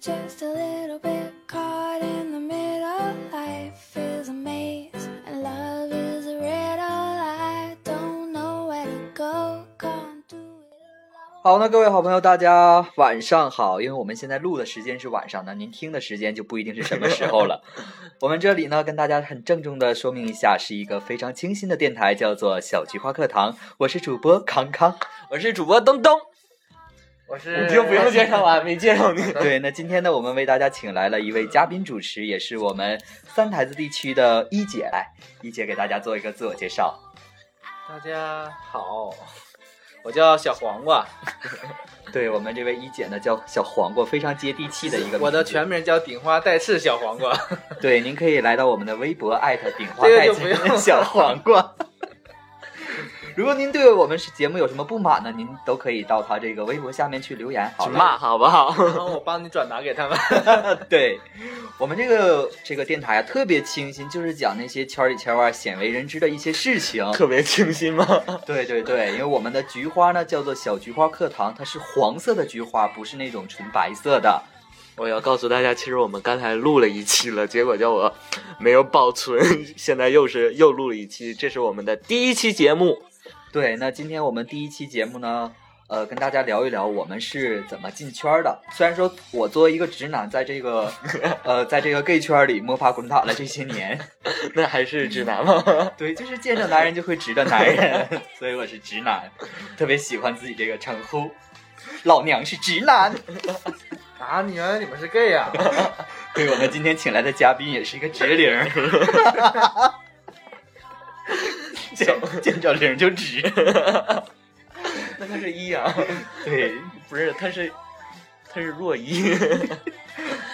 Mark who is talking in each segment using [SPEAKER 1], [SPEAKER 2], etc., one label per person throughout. [SPEAKER 1] just a little bit caught in the middle. Life is a maze, and love is a riddle. I don't know where to go, can't do it
[SPEAKER 2] 好，那各位好朋友，大家晚上好。因为我们现在录的时间是晚上呢，您听的时间就不一定是什么时候了。 我们这里呢，跟大家很郑重的说明一下，是一个非常清新的电台，叫做小菊花课堂。我是主播康康，
[SPEAKER 3] 我是主播东东，
[SPEAKER 4] 我是
[SPEAKER 3] 你就不用介绍了，没介绍你。
[SPEAKER 2] 对，那今天呢，我们为大家请来了一位嘉宾主持，也是我们三台子地区的一姐。来，一姐给大家做一个自我介绍。
[SPEAKER 4] 大家好，我叫小黄瓜，
[SPEAKER 2] 对我们这位一姐呢，叫小黄瓜，非常接地气的一个。
[SPEAKER 4] 我的全。名叫顶花带刺小黄瓜。
[SPEAKER 2] 对，您可以来到我们的微博艾特顶花
[SPEAKER 4] 这个
[SPEAKER 2] 带
[SPEAKER 4] 就
[SPEAKER 2] 刺
[SPEAKER 4] 不用了
[SPEAKER 2] 小黄瓜。如果您对我们是节目有什么不满呢，您都可以到他这个微博下面去留言，好
[SPEAKER 3] 去
[SPEAKER 2] 了。
[SPEAKER 3] 骂好不好？
[SPEAKER 4] 然后我帮你转达给他们。
[SPEAKER 2] 对，我们这个这个电台啊，特别清新，就是讲那些圈里圈外鲜为人知的一些事情。
[SPEAKER 3] 特别清新吗？
[SPEAKER 2] 对对对，因为我们的菊花呢叫做小菊花课堂，它是黄色的菊花，不是那种纯白色的。
[SPEAKER 3] 我要告诉大家，其实我们刚才录了一期了，结果叫我没有保存，现在又是又录了一期，这是我们的第一期节目。
[SPEAKER 2] 对，那今天我们第一期节目呢，呃，跟大家聊一聊我们是怎么进圈儿的。虽然说我作为一个直男，在这个呃，在这个 gay 圈儿里摸爬滚打了这些年，
[SPEAKER 3] 那还是直男吗？
[SPEAKER 2] 对，就是见着男人就会直的男人， 所以我是直男，特别喜欢自己这个称呼。老娘是直男，
[SPEAKER 4] 啊，你原来你们是 gay 啊？
[SPEAKER 2] 对我们今天请来的嘉宾也是一个直领儿， 见见着领儿就直，
[SPEAKER 3] 那他是一啊，
[SPEAKER 2] 对，
[SPEAKER 3] 不是，他是他是弱一，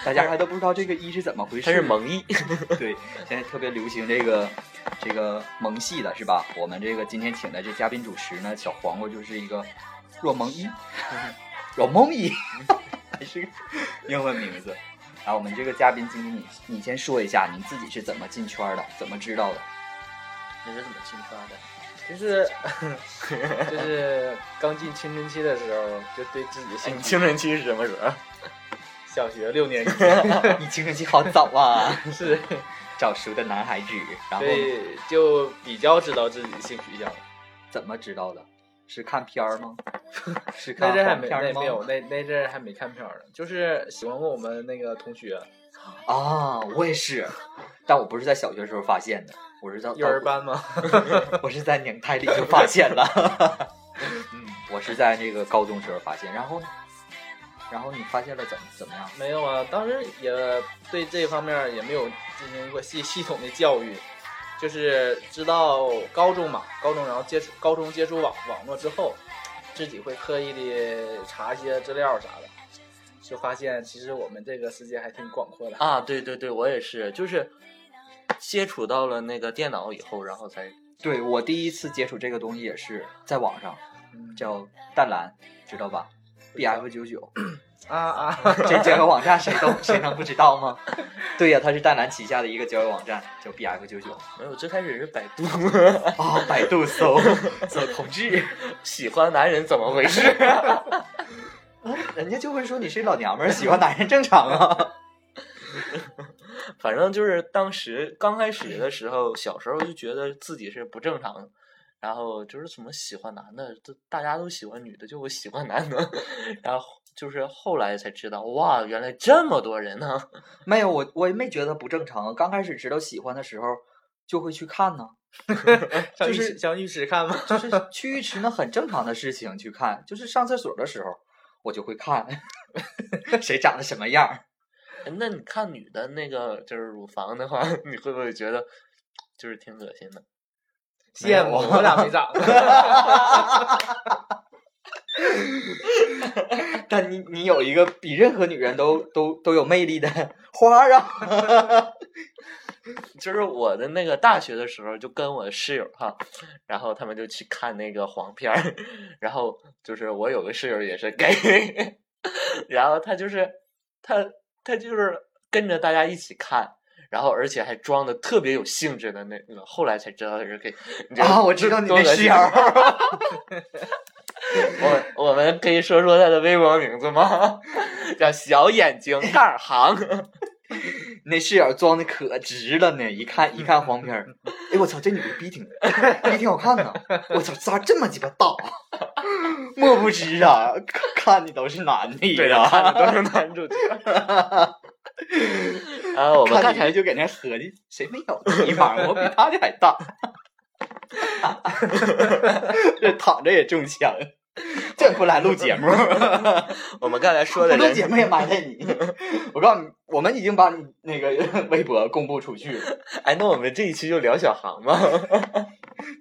[SPEAKER 2] 大家还都不知道这个一是怎么回事，
[SPEAKER 3] 他是萌一。
[SPEAKER 2] 对，现在特别流行这个这个萌系的是吧？我们这个今天请的这嘉宾主持呢，小黄瓜就是一个若萌 一，若萌一，还是个英文名字。啊，我们这个嘉宾经理，你你先说一下你自己是怎么进圈的，怎么知道的？
[SPEAKER 4] 你是怎么进圈的？就是就是刚进青春期的时候，就对自己的
[SPEAKER 3] 哎
[SPEAKER 4] 兴趣。
[SPEAKER 3] 你青春期是什么时候？
[SPEAKER 4] 小学六年级
[SPEAKER 2] 你青春期好早啊，
[SPEAKER 4] 是，
[SPEAKER 2] 早熟的男孩子。然后
[SPEAKER 4] 所以就比较知道自己的性取向。
[SPEAKER 2] 怎么知道的？是看片儿吗？ 是看
[SPEAKER 4] 那阵儿还
[SPEAKER 2] 黄
[SPEAKER 4] 没
[SPEAKER 2] 片
[SPEAKER 4] 那
[SPEAKER 2] 儿吗
[SPEAKER 4] 没？有那那阵儿还没看片儿呢，就是喜欢过我们那个同学，
[SPEAKER 2] 啊，我也是，但我不是在小学时候发现的，我是到
[SPEAKER 4] 幼儿
[SPEAKER 2] 到
[SPEAKER 4] 班嘛。
[SPEAKER 2] 我是在娘胎里就发现了， 嗯，我是在那个高中时候发现，然后呢，然后你发现了怎么怎么样？
[SPEAKER 4] 没有啊，当时也对这方面儿也没有进行过系系统的教育，就是直到高中嘛，高中然后接触高中接触网网络之后，自己会刻意的查一些资料啥的，就发现其实我们这个世界还挺广阔的。
[SPEAKER 3] 啊，对对对，我也是，就是接触到了那个电脑以后，然后才
[SPEAKER 2] 对我第一次接触这个东西也是在网上，
[SPEAKER 4] 嗯
[SPEAKER 2] 叫淡蓝，知道吧？BF 九九，
[SPEAKER 4] 啊啊，
[SPEAKER 2] 这交友网站谁都谁能不知道吗？ 对呀、它是淡蓝旗下的一个交友网站，叫 BF 九九
[SPEAKER 3] 没有，最开始是百度，
[SPEAKER 2] 啊，百度搜 搜同志，
[SPEAKER 3] 喜欢男人怎么回事？
[SPEAKER 2] 人家就会说你是老娘们儿，喜欢男人正常啊。
[SPEAKER 3] 反正就是当时刚开始的时候，小时候就觉得自己是不正常的，然后就是什么喜欢男的，都大家都喜欢女的，就我喜欢男的， 然后就是后来才知道，哇，原来这么多人呢、
[SPEAKER 2] 没有，我我也没觉得不正常。刚开始知道喜欢的时候，就会去看 呢，
[SPEAKER 4] 上
[SPEAKER 2] 就
[SPEAKER 4] 浴
[SPEAKER 2] 是
[SPEAKER 4] 室上浴室看吗？
[SPEAKER 2] 就是去浴池呢很正常的事情，去看，就是上厕所的时候，我就会看 谁长得什么样儿。
[SPEAKER 3] 哎那你看女的那个就是乳房的话， 你会不会觉得就是挺恶心的？
[SPEAKER 2] 没有
[SPEAKER 4] 羡慕，我俩没长。
[SPEAKER 2] 但你你有一个比任何女人都都都有魅力的花儿啊！
[SPEAKER 3] 就是我的那个大学的时候，就跟我室友哈，然后他们就去看那个黄片儿，然后就是我有个室友也是 gay，然后他就是他他就是跟着大家一起看，然后而且还装的特别有兴致的那啊个，后来才知道他是 gay。你
[SPEAKER 2] 啊，我知道你那室友，
[SPEAKER 3] 我我们可以说说他的微博名字吗？叫小眼睛盖行。
[SPEAKER 2] 那室友装的可直了呢，一看一看黄片儿，哎我操，这女的逼挺 逼挺好看呢，我操，渣这么鸡巴大，啊 莫不知啊，看看的都是男的
[SPEAKER 3] 对
[SPEAKER 2] 呀，
[SPEAKER 3] 看的都是男主角。 然后我们
[SPEAKER 2] 看
[SPEAKER 3] 刚
[SPEAKER 2] 女
[SPEAKER 3] 才
[SPEAKER 2] 的就搁那合计，谁没有地方，我比他的还大， 这躺着也中枪，这不来录节 目。
[SPEAKER 3] 我们刚才说的
[SPEAKER 2] 不录
[SPEAKER 3] 人
[SPEAKER 2] 节目也埋汰你。 我告诉你，我们已经把你那个 微博公布出去了。
[SPEAKER 3] 哎，那我们这一期就聊小航吧。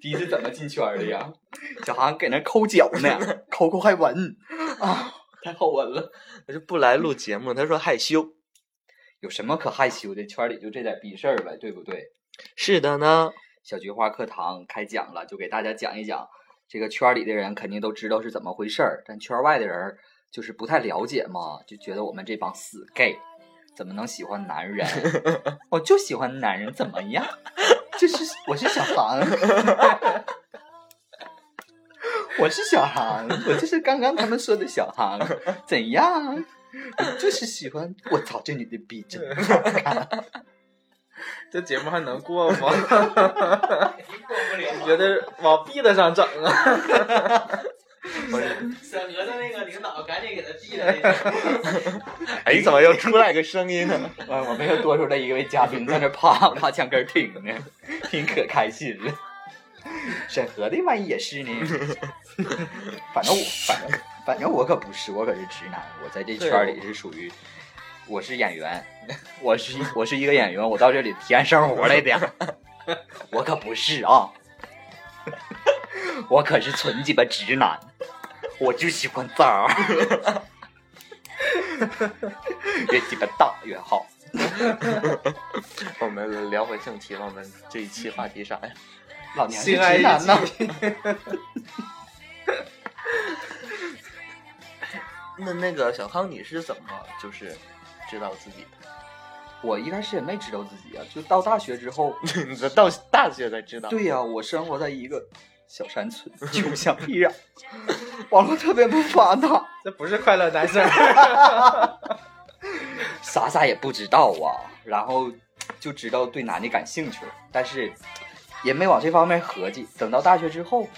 [SPEAKER 2] 第一次怎么进圈的呀？ 小航搁那抠脚 呢，抠抠还闻啊，太好闻了。
[SPEAKER 3] 他就不来录节目，他说害羞。
[SPEAKER 2] 有什么可害羞的？圈里就这点逼事儿呗，对不对？
[SPEAKER 3] 是的呢，
[SPEAKER 2] 小菊花课堂开讲了，就给大家讲一讲这个圈里的人肯定都知道是怎么回事儿，但圈外的人儿就是不太了解嘛，就觉得我们这帮死 gay 怎么能喜欢男人？我就喜欢男人，怎么样？就是我是小航，我是小航，我就是刚刚他们说的小航，怎样？我就是喜欢，我操，这女的逼真好看。
[SPEAKER 4] 这节目还能过吗？你觉得往毙了上整啊？
[SPEAKER 5] 审核的那个领导赶紧给他毙了那个。
[SPEAKER 3] 哎，怎么又出来个声音啊呢？
[SPEAKER 2] 哎，我们又多出来一位嘉宾在那啪啪墙根儿听呢，听可开心了。审核的玩意也是呢，反正我反正反正我可不是，我可是直男，我在这圈儿里是属于，我是演员，我是我是一个演员，我到这里体验生活来的，我可不是啊，我可是纯鸡巴直男，我就喜欢脏儿， 越鸡巴大越好。
[SPEAKER 3] 我们聊回正题吧，我们这一期话题啥呀？
[SPEAKER 2] 老娘是
[SPEAKER 4] 性爱
[SPEAKER 2] 直男呐
[SPEAKER 4] 日！记，
[SPEAKER 3] 那那个小康，你是怎么就是知道自己
[SPEAKER 2] 我一开始也没知道自己啊，就到大学之后，
[SPEAKER 3] 的？ 你到大学才知道？
[SPEAKER 2] 对呀、我生活在一个小山村，穷乡僻壤，网络特别不发达，
[SPEAKER 4] 这不是快乐男生。
[SPEAKER 2] 啥啥也不知道啊。然后就知道对男的感兴趣了，但是也没往这方面合计。等到大学之后，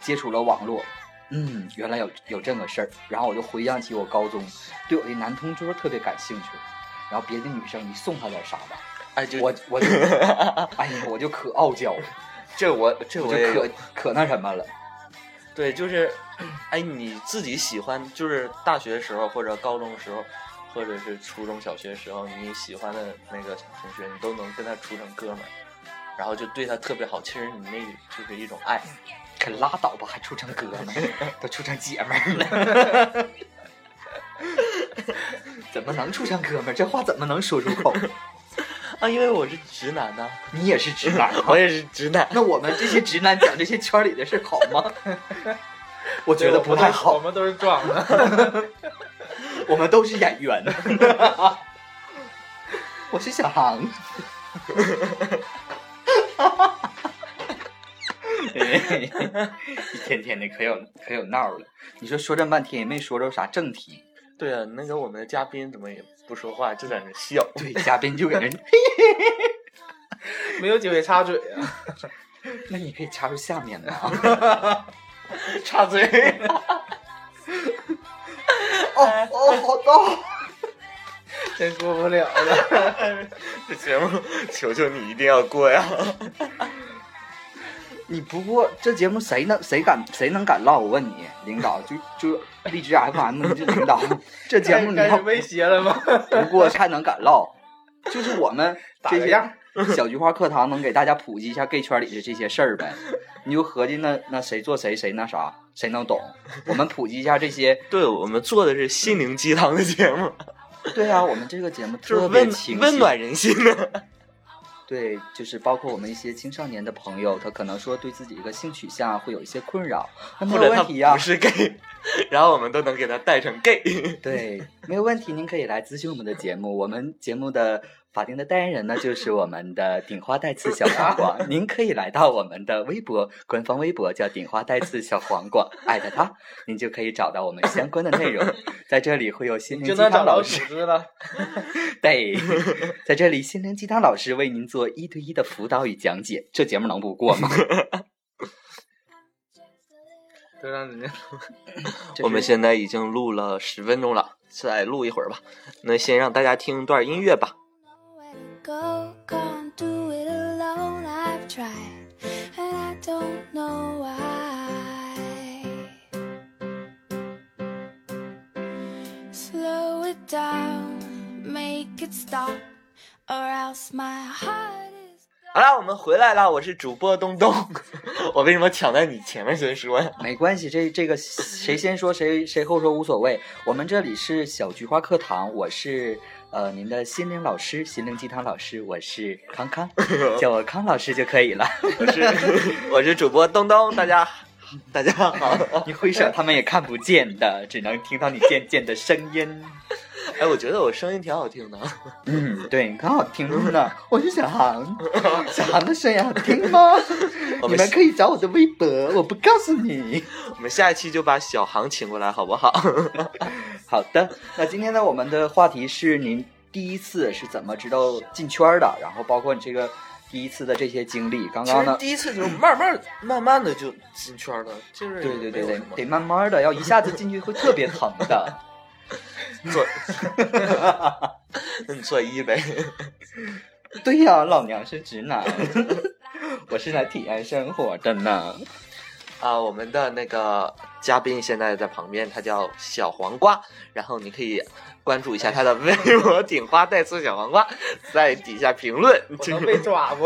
[SPEAKER 2] 接触了网络，嗯，原来有有这个事儿。然后我就回想起我高中对我的男同桌特别感兴趣，然后别的女生你送他点啥吧，
[SPEAKER 3] 哎，就
[SPEAKER 2] 我我就，哎呀，我就可傲娇了。
[SPEAKER 3] 这我这
[SPEAKER 2] 我
[SPEAKER 3] 我也
[SPEAKER 2] 就
[SPEAKER 3] 有
[SPEAKER 2] 可可那什么了。
[SPEAKER 3] 对，就是，哎，你自己喜欢，就是大学时候或者高中时候，或者是初中小学时候，你喜欢的那个同学，你都能跟他处成哥们儿，然后就对他特别好。其实你那就是一种爱，
[SPEAKER 2] 可拉倒吧，还处成哥们儿， 都处成姐们儿了， 怎么能处成哥们儿？这话怎么能说出口？
[SPEAKER 3] 啊，因为我是直男呐、
[SPEAKER 2] 你也是直男啊，
[SPEAKER 3] 我也是直男。
[SPEAKER 2] 那我们这些直男讲这些圈里的事好吗？ 我 觉得不太
[SPEAKER 4] 我
[SPEAKER 2] 好，
[SPEAKER 4] 们都是装的。
[SPEAKER 2] 我们都是演员。 我是小航。一天天的可有可有闹了，你说说这半天也没说着啥正题，
[SPEAKER 3] 对啊，那个我们的嘉宾怎么也不说话，就在那笑。
[SPEAKER 2] 对，嘉宾就给 人，
[SPEAKER 4] 没有机会插嘴啊！
[SPEAKER 2] 那你可以插入下面的啊。
[SPEAKER 3] 插嘴，
[SPEAKER 2] 哦哦，好的。
[SPEAKER 4] 真过不了 了。
[SPEAKER 3] 这节目求求你一定要过呀！
[SPEAKER 2] 你不过这节目谁能谁敢谁能敢唠？我问你，领导就就荔枝 FM 你这领导，这节目你
[SPEAKER 4] 开始
[SPEAKER 2] 要
[SPEAKER 4] 威胁了吗？
[SPEAKER 2] 不过才能敢唠，就是我 们
[SPEAKER 4] 打
[SPEAKER 2] 这
[SPEAKER 4] 个样
[SPEAKER 2] 些 小菊花课堂能给大家普及一下 gay 圈里的这些事儿呗。你就合计那那谁做谁谁那啥谁能懂？我们普及一下这些。
[SPEAKER 3] 对我们做的是心灵鸡汤的节目，
[SPEAKER 2] 对啊，我们这个节目
[SPEAKER 3] 就是
[SPEAKER 2] 特别
[SPEAKER 3] 温
[SPEAKER 2] 清
[SPEAKER 3] 温
[SPEAKER 2] 晰。
[SPEAKER 3] 暖人心的。
[SPEAKER 2] 对，就是包括我们一些青少年的朋友，他可能说对自己一个性取向啊会有一些困扰，那没 有
[SPEAKER 3] 或者他
[SPEAKER 2] 问题呀、啊
[SPEAKER 3] 不是 gay，然 后我们 都能给他带成 gay。
[SPEAKER 2] 对，没有问题，您可以来咨询我们的节目。我们节目的法定的代言人呢，就是我们的顶花带刺小黄瓜。您可以来到我们的微博，官方微博叫顶花带刺小黄瓜，艾特他，您就可以找到我们相关的内容。在这里会有心灵
[SPEAKER 4] 就
[SPEAKER 2] 鸡
[SPEAKER 4] 能
[SPEAKER 2] 汤
[SPEAKER 4] 找
[SPEAKER 2] 老
[SPEAKER 4] 到
[SPEAKER 2] 师
[SPEAKER 4] 组，织 了。
[SPEAKER 2] 对，在这里心灵鸡汤老师为您做一对一的辅导与讲解。这节目能不过 吗？
[SPEAKER 4] 就让人家
[SPEAKER 2] 这
[SPEAKER 3] 我们
[SPEAKER 2] 是
[SPEAKER 3] 现在已经录了十分钟了，再录一会儿吧。那先让大家听一段音乐吧。
[SPEAKER 1] Nowhere to go, can't do it alone. I've tried, and I don't know why. Slow it down, make it stop, or else my heart is.
[SPEAKER 3] 好啦，我们回来啦，我是主播东 东。我为什么抢在你前面先 说呀？
[SPEAKER 2] 没关系，这这个谁先说谁谁后说无所谓。我们这里是小菊花课堂，我是呃您的心灵老师，心灵鸡汤老师，我是康 康，叫我康老师就可以了。
[SPEAKER 3] 我是我是主播东东，大家大家好。
[SPEAKER 2] 你挥手他们也看不见的，只能听到你渐渐的声音。
[SPEAKER 3] 哎，我觉得我声音挺好听的。
[SPEAKER 2] 嗯，对，刚好听着呢。 我是小航，小航的声音好听吗？你
[SPEAKER 3] 我们
[SPEAKER 2] 们可以找 我的微博，我不告诉你。
[SPEAKER 3] 我们下一期就把小航请过来，好不好？
[SPEAKER 2] 好的，那今天呢，我们的话题是您第一次是怎么知道进圈儿的，然后包括你这个第一次的这些经历。刚刚呢，
[SPEAKER 3] 第一次就慢慢慢慢的就进圈了，就是
[SPEAKER 2] 对对对对，得慢慢的，要一下子进去会特别疼 的。
[SPEAKER 3] 做， 那你做一呗。
[SPEAKER 2] 对呀、老娘是直男， 我是来体验生活的呢。
[SPEAKER 3] 啊，我们的那个嘉宾现在在旁边，他叫小黄瓜，然后你可以关注一下他的 微博“顶花带刺小黄瓜”，在底下评论。
[SPEAKER 4] 我能被抓 不？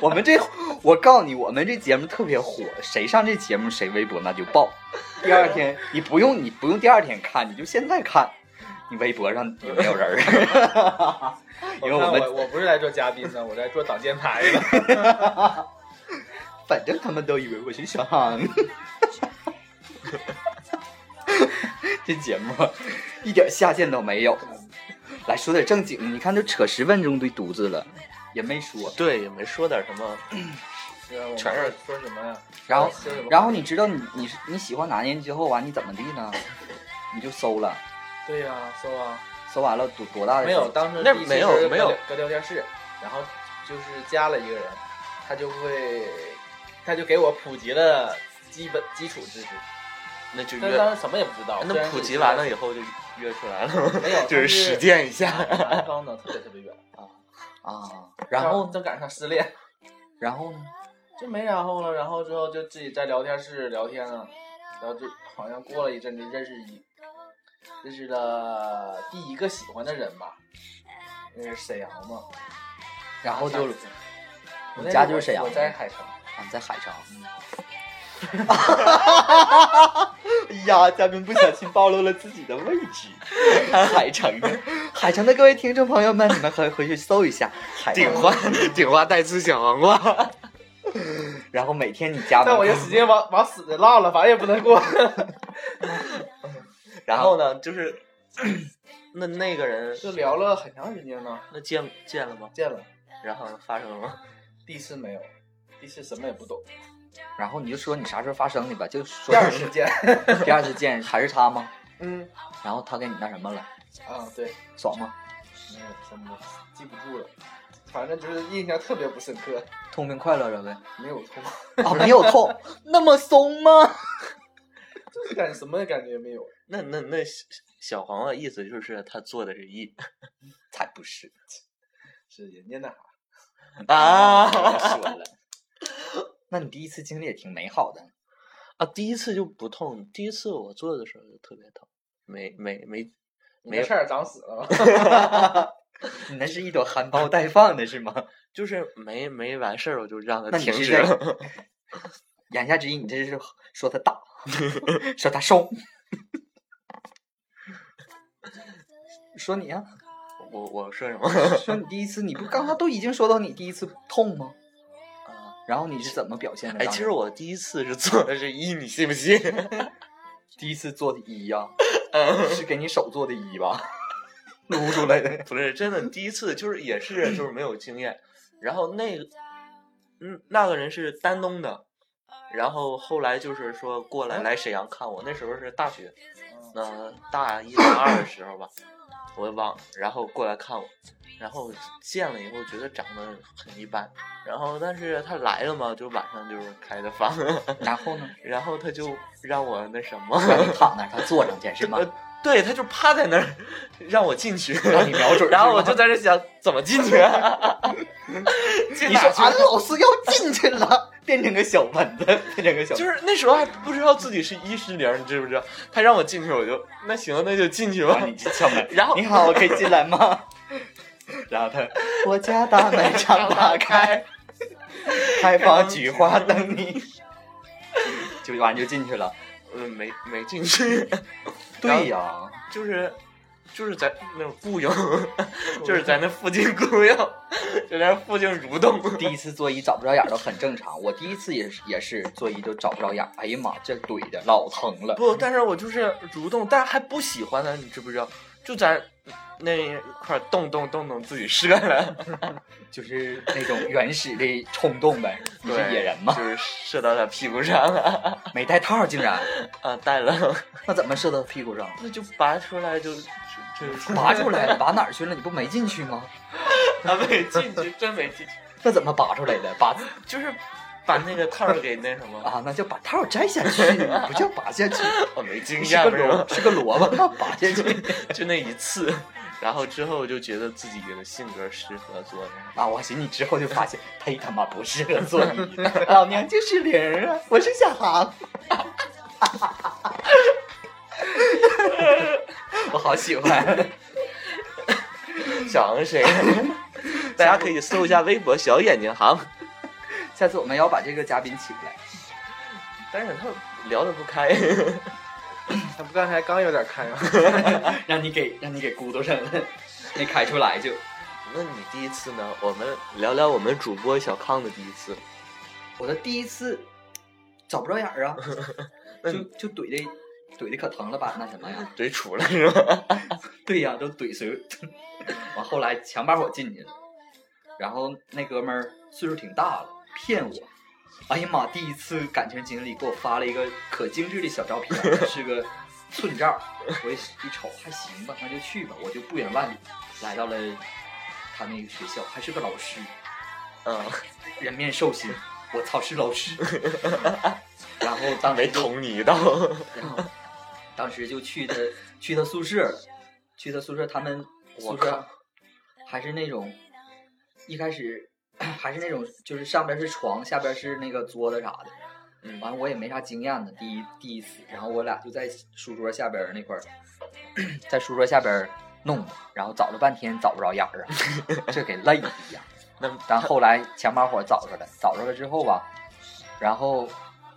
[SPEAKER 2] 我们这，我告诉你，我们这节目特别火，谁上这节目谁微博那就爆。第二天你不用你不用第二天看，你就现在看，你微博上有没有人儿？因为我
[SPEAKER 4] 我
[SPEAKER 2] 们
[SPEAKER 4] 看我不是来做嘉宾的，我来做挡箭牌的。
[SPEAKER 2] 反正他们都以为我是小航。 这节目一点下限都没有。来说点正经，你看都扯十分钟对犊子了，也没说。
[SPEAKER 3] 对，也没说点什么。 全是
[SPEAKER 4] 说什么呀？
[SPEAKER 2] 然后
[SPEAKER 4] 说什么
[SPEAKER 2] 然后你知道你你是你喜欢哪年之后啊？你怎么地呢？你就搜了，
[SPEAKER 4] 对呀，搜啊。
[SPEAKER 2] 搜完了多多大的
[SPEAKER 4] 没
[SPEAKER 2] 事儿
[SPEAKER 4] 有，当时
[SPEAKER 3] 那
[SPEAKER 4] 第一期
[SPEAKER 3] 没有
[SPEAKER 4] 是
[SPEAKER 3] 没有
[SPEAKER 4] 搁搁聊天室，然后就是加了一个人，他就会，他就给我普及了基本基础知识，
[SPEAKER 3] 那就
[SPEAKER 4] 但是
[SPEAKER 3] 约，
[SPEAKER 4] 当时什么也不知道。虽
[SPEAKER 3] 那
[SPEAKER 4] 然
[SPEAKER 3] 普
[SPEAKER 4] 是
[SPEAKER 3] 及
[SPEAKER 4] 知
[SPEAKER 3] 完
[SPEAKER 4] 道
[SPEAKER 3] 了以后就约出来了，
[SPEAKER 4] 没有，
[SPEAKER 3] 就是
[SPEAKER 4] 他
[SPEAKER 3] 实践一下。
[SPEAKER 4] 南方的特别特别远啊，
[SPEAKER 2] 啊。然后
[SPEAKER 4] 正赶上失恋，
[SPEAKER 2] 然后呢？
[SPEAKER 4] 就没然后了。然后之后就自己在聊天室聊天啊，然后就好像过了一阵就认识一，认识了第一个喜欢的人吧，那是沈阳嘛，
[SPEAKER 2] 然后就
[SPEAKER 4] 我
[SPEAKER 2] 你
[SPEAKER 4] 在
[SPEAKER 2] 家就是沈阳
[SPEAKER 4] 我在海城。
[SPEAKER 2] 啊，你在海上。 哎呀，嘉宾不小心暴露了自己的位置。海城的，海城的各位听众朋友们，你们可以回去搜一下海
[SPEAKER 3] 顶
[SPEAKER 2] 城。
[SPEAKER 3] 花顶花带刺小黄 瓜。
[SPEAKER 2] 然后每天你加班
[SPEAKER 4] 但
[SPEAKER 2] 啊
[SPEAKER 4] 我，就使劲往往死的唠了，反正也不能过。
[SPEAKER 3] 然后呢，就是那那个人
[SPEAKER 4] 就聊了很长时间呢，
[SPEAKER 3] 那见见了吗？
[SPEAKER 4] 见了
[SPEAKER 3] 然后发生了吗？
[SPEAKER 4] 第一次没有，第一次什么也不懂，
[SPEAKER 2] 然后你就说你啥时候发生的吧，就说
[SPEAKER 4] 第二次见，
[SPEAKER 2] 第二次见还是他吗？
[SPEAKER 4] 嗯
[SPEAKER 2] 然后他给你那什么了，
[SPEAKER 4] 啊对，
[SPEAKER 2] 爽吗？
[SPEAKER 4] 没有真的记不住了，反正就是印象特别不深刻，
[SPEAKER 2] 痛并快乐着呗。
[SPEAKER 4] 没有痛，
[SPEAKER 2] 啊，没有痛，那么松吗？
[SPEAKER 4] 就是感什么感觉也没有，
[SPEAKER 3] 那那那小小黄的意思就是他做的 是一
[SPEAKER 2] 才不是，
[SPEAKER 4] 是人家那啥，
[SPEAKER 3] 啊
[SPEAKER 2] 说了。那你第一次经历也挺美好的。
[SPEAKER 3] 啊！第一次就不痛，第一次我做的时候就特别疼，没没没
[SPEAKER 4] 你那
[SPEAKER 3] 没
[SPEAKER 4] 事，儿长死了，
[SPEAKER 2] 你那是一朵含苞待放的是吗？
[SPEAKER 3] 就是没没完事儿我就让他
[SPEAKER 2] 那你
[SPEAKER 3] 停
[SPEAKER 2] 是
[SPEAKER 3] 止
[SPEAKER 2] 在
[SPEAKER 3] 了。
[SPEAKER 2] 言下之意，你这是说他大， 说他瘦，说你呀、
[SPEAKER 3] 我我说什么？
[SPEAKER 2] 说你第一次，你不刚刚都已经说到你第一次痛吗？
[SPEAKER 3] 啊
[SPEAKER 2] 然后你是怎么表现的？
[SPEAKER 3] 哎，其实我第一次是做的是一，你信不 信？
[SPEAKER 2] 啊
[SPEAKER 3] 嗯
[SPEAKER 2] 第一次做的一呀、是给你手做的一吧？撸出来的。
[SPEAKER 3] 不是真的，第一次就是也是就是没有经验，然后那个嗯那个人是丹东的，然后后来就是说过
[SPEAKER 2] 哦
[SPEAKER 3] 来来沈阳看我，那时候是大学，那、大一大二的时候吧，我也忘了，然后过来看我，然后见了以后觉得长得很一般，然后但是他来了嘛，就晚上就是开的房，
[SPEAKER 2] 然后呢？
[SPEAKER 3] 然后他就让我那什么。
[SPEAKER 2] 让你躺那儿，他坐着健身吗？
[SPEAKER 3] 呃，对，他就趴在那儿让我进去，
[SPEAKER 2] 让你瞄准是吗
[SPEAKER 3] 然后我就在这想怎么进去、啊， 进
[SPEAKER 2] 你
[SPEAKER 3] 哪
[SPEAKER 2] 说啊
[SPEAKER 3] 儿去
[SPEAKER 2] 俺老师要进去了，变成个小蚊子，变成个小。
[SPEAKER 3] 就是那时候还不知道自己是一失灵，你知不知道？他让我进去，我就那行，那就进去吧
[SPEAKER 2] 啊然后。你进敲门，
[SPEAKER 3] 然后
[SPEAKER 2] 你 好，我可以进来 吗？然后他，我家大门常打开， 开放菊花等你。 就完就进去了。
[SPEAKER 3] 嗯，没没进去，
[SPEAKER 2] 对
[SPEAKER 3] 对
[SPEAKER 2] 呀、
[SPEAKER 3] 就是就是在那儿雇佣， 就是在那附近雇佣， 就在那附近蠕动。
[SPEAKER 2] 第一次做揖找不着眼儿都很正常。我第一次也是也是做揖就找不着眼儿，哎呀妈，这怼的老疼了。
[SPEAKER 3] 不，但是我就是蠕动，但还不喜欢他，你知不知道？就在那一块儿动动动动，自己射了，
[SPEAKER 2] 就是那种原始的冲动呗。你
[SPEAKER 3] 对
[SPEAKER 2] 是野人吗？
[SPEAKER 3] 就是射到他屁股上了
[SPEAKER 2] 没带套竟然，
[SPEAKER 3] 啊，带了，
[SPEAKER 2] 那怎么射到屁股上？
[SPEAKER 3] 那就拔出来就就 就
[SPEAKER 2] 拔出来了，拔哪儿去了？你不没进去吗？
[SPEAKER 3] 啊，没进去，真没进去，
[SPEAKER 2] 那怎么拔出来的？拔
[SPEAKER 3] 就是把那个套儿给那什么，
[SPEAKER 2] 啊，那就把套摘下 去，不叫拔下去，
[SPEAKER 3] 我没经
[SPEAKER 2] 是个
[SPEAKER 3] 验，没有
[SPEAKER 2] 萝，是个萝 卜，拔下去
[SPEAKER 3] 就那一次，然后之后就觉得自己的性格适合做那个。
[SPEAKER 2] 啊！我寻思你之后就发现，呸，他妈不适合做你， 老娘就是零儿啊，我是小航。我好喜欢，
[SPEAKER 3] 小航谁？ 大家可以搜一下微博“小眼睛航”。
[SPEAKER 2] 下次我们要把这个嘉宾请来。
[SPEAKER 3] 但是他聊得不开，
[SPEAKER 4] 他不刚才刚有点开吗？
[SPEAKER 2] 让你给让你给咕嘟上了，没开出来就。
[SPEAKER 3] 那你第一次呢？我们聊聊我们主播小康的第一次。
[SPEAKER 2] 我的第一次找不着眼儿 啊，
[SPEAKER 3] 那
[SPEAKER 2] 就
[SPEAKER 3] 你
[SPEAKER 2] 就怼的怼的可疼了吧？那什么呀？
[SPEAKER 3] 怼出了是吧？
[SPEAKER 2] 对呀、都怼随。完后来强把我进去了，然后那哥们儿岁数挺大了，骗我。哎呀妈！第一次感情经历，给我发了一个可精致的小照片，是个寸照。我一一瞅还行吧，那就去吧。我就不远万里来到了他那个学校，还是个老师。
[SPEAKER 3] 嗯，
[SPEAKER 2] 人面兽心，我操是老师。 然后当时
[SPEAKER 3] 没
[SPEAKER 2] 就，
[SPEAKER 3] 捅你一刀。
[SPEAKER 2] 然后当时就去他去他宿舍了，去他宿舍，他们
[SPEAKER 3] 我
[SPEAKER 2] 宿舍
[SPEAKER 3] 靠
[SPEAKER 2] 还是那种一开始 还是那种就是上边是床，下边是那个桌子啥的。
[SPEAKER 3] 嗯
[SPEAKER 2] 完了我也没啥经验呢，第一第一次，然后我俩就在书桌下边儿那块儿， 在书桌下边儿弄，然后找了半天找不着眼儿啊， 这给累的呀。
[SPEAKER 3] 那
[SPEAKER 2] 但后来强把火找着了，找着了之后吧，然后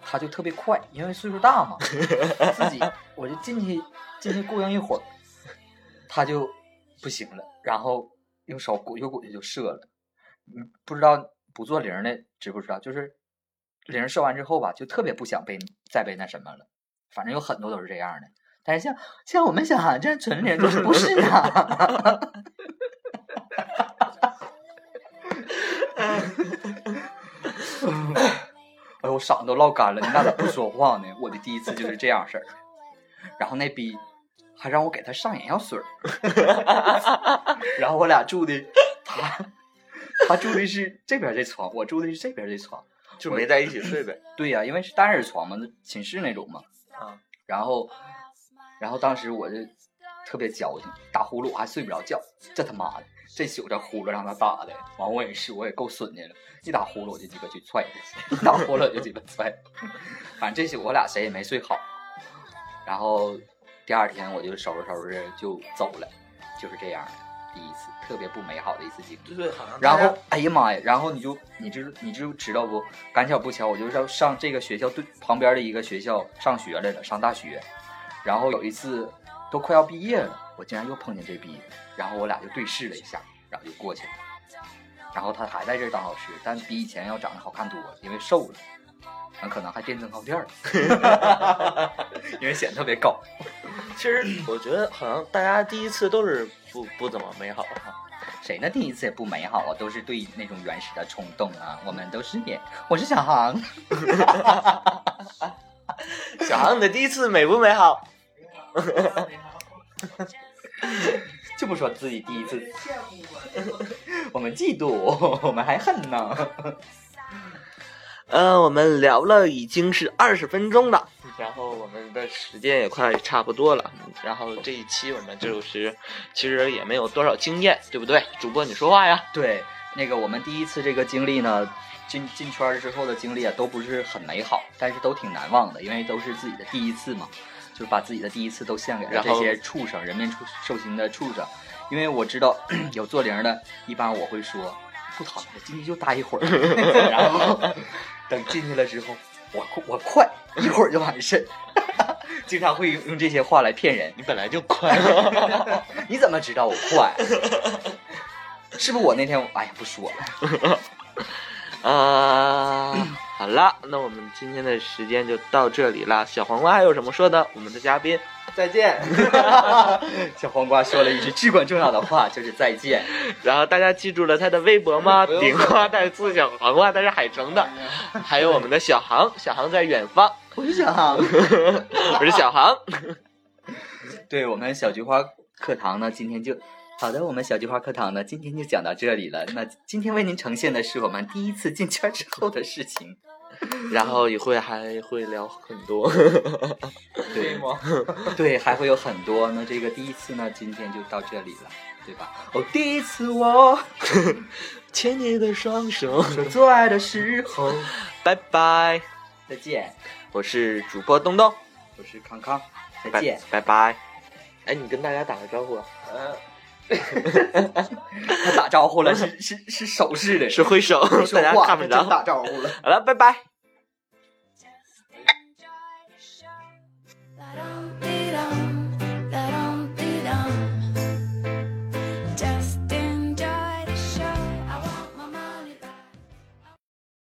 [SPEAKER 2] 他就特别快，因为岁数大嘛，自己我就进去进去过应一会儿，他就不行了，然后用手鼓就鼓就就射了，嗯，不知道不做零儿的知不知道？就是零儿射完之后吧，就特别不想被再被那什么了，反正有很多都是这样的。但是像像我们小韩这样纯零就是不 是啊？哎呦，我嗓子都唠干了，你俩咋不说话呢？我的第一次就是这样式儿，然后那逼还让我给他上眼药水儿， 然后我俩住的他他住的是这边儿这床，我住的是这边儿这床。
[SPEAKER 3] 就没在一起睡呗。
[SPEAKER 2] 对呀、因为是单人床嘛，寝室那种嘛。
[SPEAKER 3] 啊。
[SPEAKER 2] 然后，然后当时我就特别矫情，打呼噜我还睡不着觉，这他妈的，这宿这呼噜让他打的，完我也是，我也够损的了，一打呼噜我就鸡巴去踹他，一打呼噜我就鸡巴踹，反正这宿我俩谁也没睡好。然后第二天我就收拾收拾就走了，就是这样的第一次，特别不美好的一次经历。
[SPEAKER 4] 对，好像
[SPEAKER 2] 然后，哎呀妈呀，然后你就你知你就知道不？赶巧不巧，我就是要上这个学校对旁边的一个学校上学来了，上大学。然后有一次都快要毕业了，我竟然又碰见这逼，然后我俩就对视了一下，然后就过去了。然后他还在这儿当老师，但比以前要长得好看多了，因为瘦了。那可能还电灯泡垫儿， 因为显得特别高。
[SPEAKER 3] 其实我觉得好像大家第一次都是不不怎么美好哈。
[SPEAKER 2] 谁呢？第一次也不美好啊，都是对那种原始的冲动啊。我们都是也，我是小航，
[SPEAKER 3] 小航，你的第一次美不美好？
[SPEAKER 2] 就不说自己第一次， 我们嫉妒，我们还恨呢。
[SPEAKER 3] 嗯、我们聊了已经是二十分钟了，然后我们的时间也快差不多了。然后这一期我们就是其实也没有多少经验，对不对？主播你说话呀。
[SPEAKER 2] 对，那个我们第一次这个经历呢，进进圈儿之后的经历啊，都不是很美好，但是都挺难忘的，因为都是自己的第一次嘛，就是把自己的第一次都献给了
[SPEAKER 3] 然
[SPEAKER 2] 这
[SPEAKER 3] 后
[SPEAKER 2] 些畜生，人面畜兽心的畜生。因为我知道 有做零的，一般我会说不讨厌，进去就待一会儿， 然后等进去了之后，我快我快一会儿就 完事。经常会用这些话来骗人，
[SPEAKER 3] 你本来就快，
[SPEAKER 2] 你怎么知道我快？啊 是不是我那天我哎呀不说了。
[SPEAKER 3] 啊、好了，那我们今天的时间就到这里了。小黄瓜还有什么说的？我们的嘉宾，
[SPEAKER 4] 再见。
[SPEAKER 2] 小黄瓜说了一句至关重要的话，就是再见。
[SPEAKER 3] 然后大家记住了他的微博吗
[SPEAKER 4] 不？用
[SPEAKER 3] 顶瓜带刺小黄瓜，他是海城的，还有我们的小航，小航在远方，
[SPEAKER 2] 我是小航，
[SPEAKER 3] 我是小航，
[SPEAKER 2] 对我们小菊花课堂呢，今天就好的，我们小菊花课堂呢，今天就讲到这里了。那今天为您呈现的是我们第一次进圈之后的事情。
[SPEAKER 3] 然后一会还会聊很多。
[SPEAKER 2] 对
[SPEAKER 4] 吗？
[SPEAKER 2] 对，还会有很多。那这个第一次呢，今天就到这里了，对吧？哦，第一次哦我
[SPEAKER 3] 牵你的双手，
[SPEAKER 2] 说做爱的时候，
[SPEAKER 3] 拜拜。
[SPEAKER 2] 再见。
[SPEAKER 3] 我是主播东东，
[SPEAKER 2] 我是康康，再
[SPEAKER 3] 拜
[SPEAKER 2] 见。
[SPEAKER 3] 拜拜。哎，你跟大家打个招呼啊，
[SPEAKER 4] 嗯，
[SPEAKER 2] 他打招呼了，是是是手势的，
[SPEAKER 3] 是挥手，
[SPEAKER 2] 没说
[SPEAKER 3] 大家
[SPEAKER 2] 话
[SPEAKER 3] 看不
[SPEAKER 2] 他
[SPEAKER 3] 着
[SPEAKER 2] 真。打招呼了。
[SPEAKER 3] 好了，拜拜。
[SPEAKER 1] Just enjoy the show. La-dum-dee-dum.